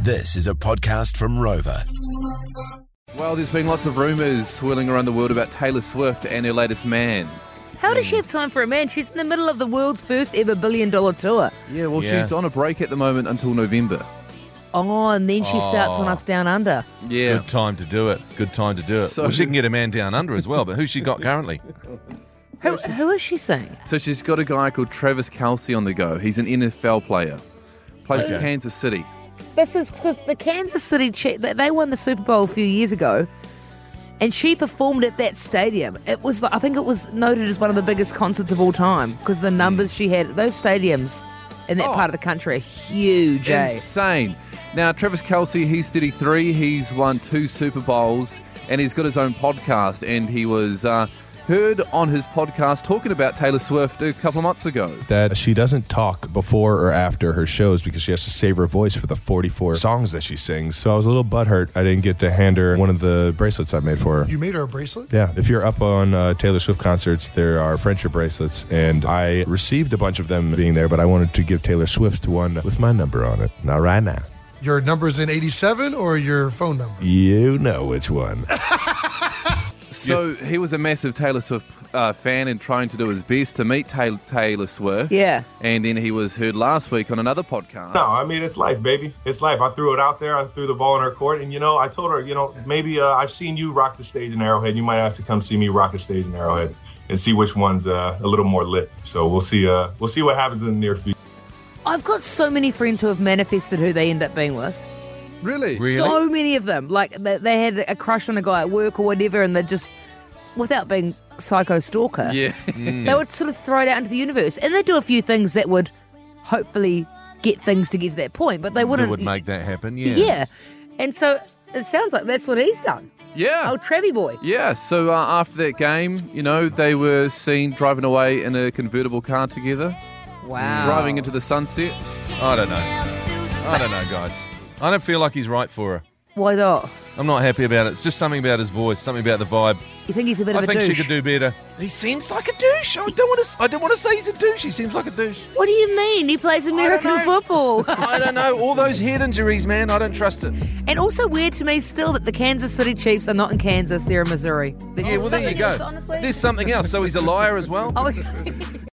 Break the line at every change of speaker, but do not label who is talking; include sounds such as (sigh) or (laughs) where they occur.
This is a podcast from Rover.
Well, there's been lots of rumours swirling around the world about Taylor Swift and her latest man.
How does she have time for a man? She's in the middle of the world's first ever billion dollar tour.
Yeah, well,
Yeah.
she's on a break at the moment until November.
Oh, and then she starts on
Oh.
us down under.
Yeah.
Good time to do it. Good time to do it.
So-
well, she can get a man down under as well, but who's
(laughs)
she got currently?
Who, who is she seeing?
So she's got a guy called Travis Kelsey on the go. He's an NFL player, plays for
Okay.
Kansas City.
This is because the Kansas City Chiefs, they they won the Super Bowl a few years ago, and she performed at that stadium. It was, like- I think it was noted as one of the biggest concerts of all time because the numbers she had, those stadiums in that
Oh.
part of the country are huge, eh?
Insane. Now, Travis Kelsey, he's 33. He's won two Super Bowls and he's got his own podcast. And he was uh, heard on his podcast talking about Taylor Swift a couple of months ago.
that she doesn't talk before or after her shows because she has to save her voice for the 44 songs that she sings. So I was a little butthurt. I didn't get to hand her one of the bracelets I made for her.
You made her a bracelet?
Yeah, if you're up on uh, Taylor Swift concerts, there are friendship bracelets, and I received a bunch of them being there, but I wanted to give Taylor Swift one with my number on it. Not right now.
Your number's in 87 or your phone number?
You know which one. (laughs)
So he was a massive Taylor Swift uh, fan and trying to do his best to meet Taylor, Taylor Swift.
Yeah.
And then he was heard last week on another podcast.
No, I mean it's life, baby. It's life. I threw it out there. I threw the ball in her court, and you know, I told her, you know, maybe uh, I've seen you rock the stage in Arrowhead. You might have to come see me rock the stage in Arrowhead and see which one's uh, a little more lit. So we'll see. Uh, we'll see what happens in the near future.
I've got so many friends who have manifested who they end up being with.
Really?
So many of them. Like they, they had a crush on a guy at work or whatever, and they just, without being psycho stalker,
(laughs) Yeah. (laughs)
Mm.
they would sort of throw it out into the universe. And they do a few things that would hopefully get things to get to that point, but they
That
wouldn't.
would make that happen. Yeah.
yeah. And so it sounds like that's what he's done.
yeah.
Oh, Trevi boy.
Yeah, so uh, after that game, you know, they were seen driving away in a convertible car together,
Mm.
Wow.
driving into the sunset.
I don't know. I don't know, guys. I don't feel like he's right for her.
Why not?
I'm not happy about it. It's just something about his voice, something about the vibe.
You think he's a bit
I
of a
think she
douche?
could do better. He seems like a douche. I don't want to. I don't want to say he's a douche. He seems like a douche.
What do you mean? He plays American
know.
football.
(laughs) I don't know. All those head injuries, man. I don't trust it.
and also weird to me still that the Kansas City Chiefs are not in Kansas; they're in Missouri. They're
Yeah.
just
Well, there you
something
go.
else, honestly.
There's something else. So he's a liar as well.
Oh.